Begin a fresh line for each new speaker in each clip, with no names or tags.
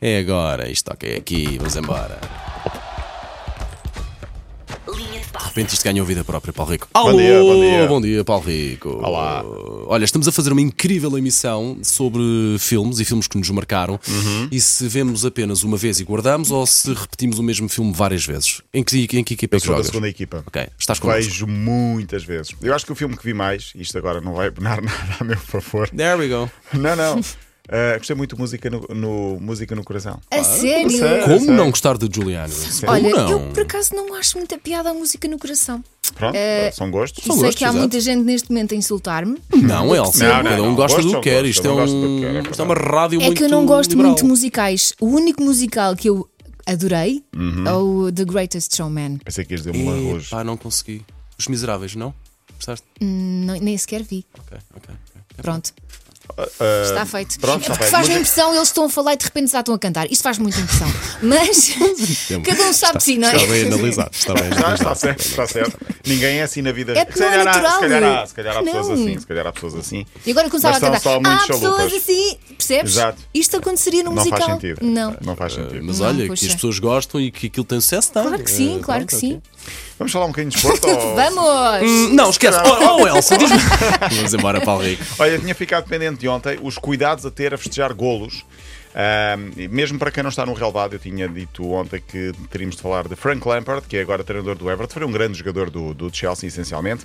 É agora, isto ok aqui, vamos embora.
Linha de
De
passe.
repente isto ganhou vida própria, Paulo Rico. Alô,
dia, bom dia.
Bom dia, Paulo Rico.
Olá.
Olha, estamos a fazer uma incrível emissão sobre filmes e filmes que nos marcaram.
Uhum.
E se vemos apenas uma vez e guardamos ou se repetimos o mesmo filme várias vezes? Em que, em que equipa é que
Sou da
jogas?
segunda equipa.
Ok, estás connosco.
Vejo muitas vezes. Eu acho que o filme que vi mais, isto agora não vai abonar nada a meu favor.
There we go.
Não, não. Ah, gostei muito de música no, no- música no coração.
A É sério?
É sério?
Como
sei.
não gostar de Juliano? Como
Olha,
não?
eu por acaso não acho muita piada a música no coração.
Pronto, eh, são gostos.
São
Eh, e sei
gostos,
que há
exato.
muita gente neste momento a insultar-me.
Não, Elsa,
Não, não,
cada um
não.
gosta
Gosto
do
ou
que quer.
gosto?
Isto é,
Eu não gosto
um,
do que quero, é
isto é uma rádio
É
muito
que eu não gosto
liberal.
muito de musicais. O único musical que eu adorei
Uhum.
é o The Greatest Showman.
Pensei que ias dizer um
Eh,
arroz.
Epá, não consegui. Os Miseráveis, não? Gostaste?
Não- nem sequer vi.
Ok, ok. ok.
Pronto,
Ah,
está feito.
pronto,
é
está
porque
feito.
faz-me
Mas-
impressão, eles estão a falar e de repente já estão a cantar. Isto faz muita impressão. Mas cada um sabe de si, não é?
Está bem analisado, está bem
Está,
analisado.
está certo, está certo. Ninguém é assim na vida.
um- É que não é
há,
natural.
se calhar há, se calhar há
Não. É
pessoas assim, se calhar há pessoas assim.
E agora começava a
Mas são
cantar.
só muitos
Há pessoas
chalupas.
assim, percebes?
Exato.
Isto aconteceria num
Não
musical.
faz sentido.
Não.
Não faz sentido.
Mas
Não,
olha, que
poxa.
as pessoas gostam e que aquilo tem sucesso, tá? É, está.
Claro que sim, claro que sim.
Vamos falar um bocadinho de esporte? ou-
Vamos!
Hum, Não, esquece. Oh, oh Elsa, diz-me. Vamos embora, Paulo Rico.
Olha, tinha ficado pendente de ontem os cuidados a ter a festejar golos. Ahm, e mesmo para quem não está no relevado, eu tinha dito ontem que teríamos de falar de Frank Lampard, que é agora treinador do Everton, foi um grande jogador do, do Chelsea, essencialmente.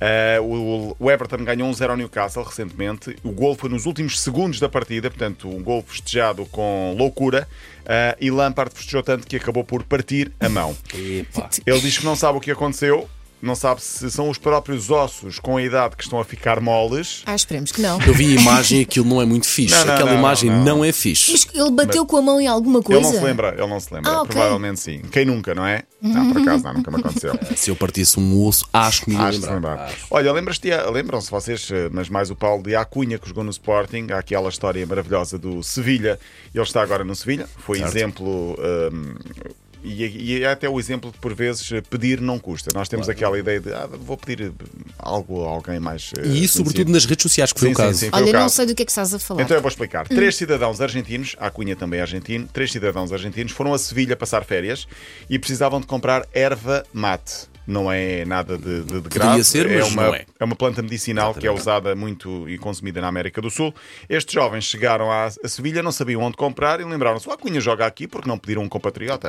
Ah, o, o Everton ganhou 1-0 ao Newcastle recentemente. O gol foi nos últimos segundos da partida, portanto, um gol festejado com loucura. Ah, e Lampard festejou tanto que acabou por partir a mão.
Epá.
Ele diz que não sabe o que aconteceu, não sabe se são os próprios ossos com a idade que estão a ficar moles.
Ah, esperemos que não.
Eu vi a imagem e aquilo não é muito fixe.
Não, não,
Aquela
não,
imagem não,
não.
é fixe.
Mas ele bateu com a mão em alguma
Ele
coisa?
não se lembra, ele não se lembra.
Ah, ok.
Provavelmente sim. Quem nunca, não é? Não, por acaso, não, nunca me aconteceu.
Se eu partisse um osso, acho que me ia
Acho que se
lembrar.
lembrar. Olha, lembras-te, lembram-se vocês, eh, mas mais o Paulo de Acunha que jogou no Sporting, há aquela história maravilhosa do Sevilha. Ele está agora no Sevilha, foi exemplo. hum, e, e é até o exemplo de, por vezes, eh, pedir não custa. Nós temos aquela ideia de ah, vou pedir eh, algo a alguém mais.
E
eh,
isso,
conhecido.
sobretudo nas redes sociais, que foi
Sim,
o
sim,
caso.
sim, foi o
Olha, não
caso.
sei do que é que estás a falar.
Então eu vou explicar. Três cidadãos argentinos, a Cunha também é argentino, três cidadãos argentinos foram a Sevilha passar férias e precisavam de comprar erva mate. Não é nada de, de, de grave.
ser,
é,
mas
uma,
não é.
uma planta medicinal que é usada muito e consumida na América do Sul. Estes jovens chegaram à, a Sevilha, não sabiam onde comprar e lembraram-se: "Ah, a Cunha joga aqui porque não pediram um compatriota.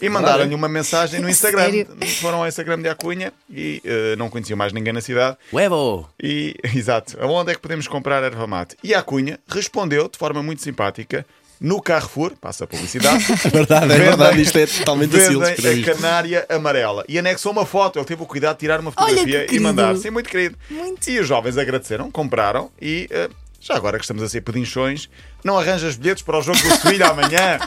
E mandaram-lhe uma mensagem no Instagram.
Sério?
Foram ao Instagram de Acunha e eh, não conheciam mais ninguém na cidade.
Huevo!
E, exato, aonde é que podemos comprar erva mate? E a Cunha respondeu de forma muito simpática: no Carrefour, passa a publicidade,
Verdade, é
Vendem-
verdade. Isto é totalmente assim.
vendem
eles
a
escrevem isto.
canária amarela. E anexou uma foto, ele teve o cuidado de tirar uma
Olha que
fotografia e
querido.
mandar. Sim, muito querido.
Muito.
E os jovens agradeceram, compraram e. eh, já agora que estamos a ser pedinchões, não arranjas bilhetes para o jogo do Sevilha amanhã?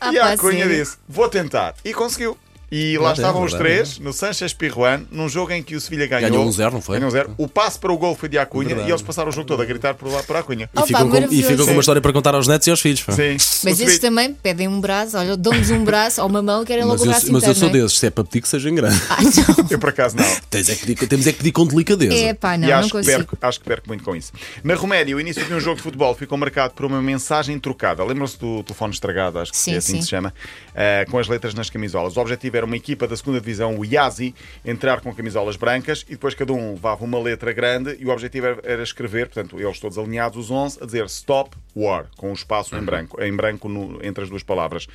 Ah,
e
pá,
a Cunha
sério?
disse: Vou tentar. E conseguiu. E lá
Verdade,
estavam os
verdade.
três, no Sanchez Pirruan, num jogo em que o Sevilha ganhou.
Ganhou 1-0, não foi?
Ganhou 1-0. O passe para o gol foi de Acunha
Verdade.
e eles passaram o jogo todo a gritar por lá para Acunha.
E
Opa,
ficam com- E
maravilhoso.
ficam com
Sim.
uma história para contar aos netos e aos filhos. pá.
Sim.
Mas
O
esses
Sevilha-
também pedem um braço, olha, dão-nos um braço ou uma mão, querem
Mas
logo o
eu,
braço
mas eu
inteiro,
sou
não é?
desses, se é para pedir que seja em grande.
Ah, não.
Eu por acaso não.
Tens é que pedir- temos é que pedir com delicadeza.
É pá, não,
e
não
acho que,
consigo.
perco, acho que perco muito com isso. Na Roménia, o início de um jogo de futebol ficou marcado por uma mensagem trocada. Lembram-se do telefone estragado, acho que
Sim,
é assim
sim.
que se chama, eh, com as letras nas camisolas. O objetivo era uma equipa da segunda divisão, o IASI, entrar com camisolas brancas e depois cada um levava uma letra grande e o objetivo era, era escrever, portanto, eles todos alinhados, os 11, a dizer Stop War, com o espaço em branco, em branco no- entre as duas palavras.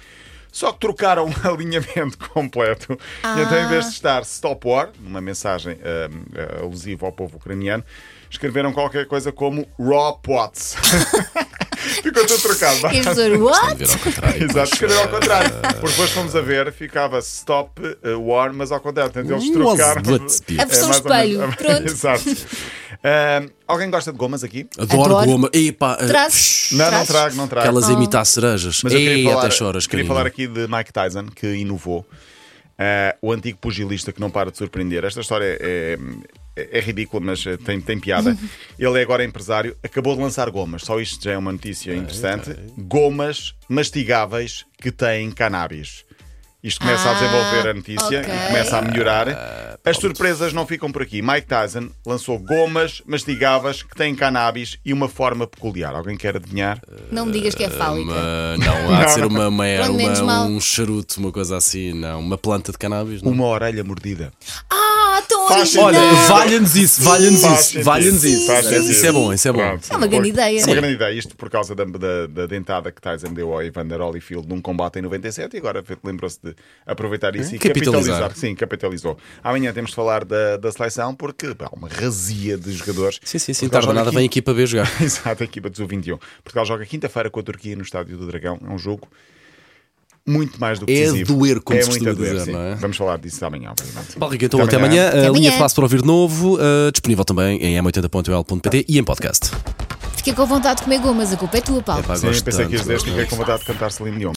Só que trocaram o alinhamento completo. E então, em vez de estar Stop War, uma mensagem ah, ah, alusiva ao povo ucraniano, escreveram qualquer coisa como Raw Pots. Ficou tudo trocado.
E as pessoas, what?
é Ver ao contrário.
Exato, escreveram ao contrário. Porque depois fomos a ver, ficava Stop ah, War, mas ao contrário. Portanto, eles
Was
trocaram.
but speed.
A versão
mais ou menos-
espelho, pronto.
Exato. Ah, alguém gosta de gomas aqui?
Adoro,
Adoro.
goma. Epá, ah,
Trazes?
Não, não
Trazes?
trago, não trago.
Aquelas a imitar cerejas.
Ah. Mas eu
Ei,
queria falar,
até choras,
queria
carinho.
falar aqui de Mike Tyson, que inovou. Ah, o antigo pugilista que não para de surpreender. Esta história é, é- é ridícula, mas eh, tem, tem piada. Ele é agora empresário, acabou de lançar gomas. Só isto já é uma notícia interessante. Gomas mastigáveis que têm cannabis. Isto começa a
Ah,
desenvolver a notícia
ok.
e começa a melhorar.
tá
As surpresas não ficam por aqui. Mike Tyson lançou gomas mastigáveis que têm cannabis e uma forma peculiar. Alguém quer adivinhar?
Ah.
Não me digas que é fálica.
Uma- Ah, não, há de ser uma, uma,
Pronto, menos
uma-
mal.
um charuto, uma coisa assim, não. Uma planta de cannabis, não.
Uma orelha mordida.
Ah, tão
Faz
original.
Olha,
Não.
valha-nos isso, valha-nos
Faz
isso,
sentido.
valha-nos isso.
Faz sentido.
Isso é bom, isso é bom.
Pronto.
É uma grande ideia.
É uma grande ideia. Isto por causa da, da- da dentada que Tyson deu ao Evander Holyfield num combate em 97 e agora lembrou-se de aproveitar isso e
É? Capitalizar.
capitalizar. Sim, capitalizou. Amanhã temos de falar da, da seleção porque pá, uma razia de jogadores.
Sim, sim, sim.
Portugal
Tarde ou
joga
nada, vem aqui para ver jogar.
Exato, a equipa do 21. Portugal joga quinta-feira com a Turquia no Estádio do Dragão. É um jogo muito mais do que
É
decisivo.
doer, como
é
se
muito
costuma
a doer,
dizer,
sim.
não é?
Vamos falar disso amanhã, obviamente.
Paulo Rico, então até amanhã.
Até
A linha
amanhã.
de passo para ouvir de novo, eh, disponível também em m80.ol.pt e em podcast.
Fiquei com vontade de comer gomas, a culpa é tua, Paulo.
Epá,
Sim,
gosto
pensei que
tanto,
ias dizer,
gosto tanto.
fiquei com vontade de cantar Celine Dion.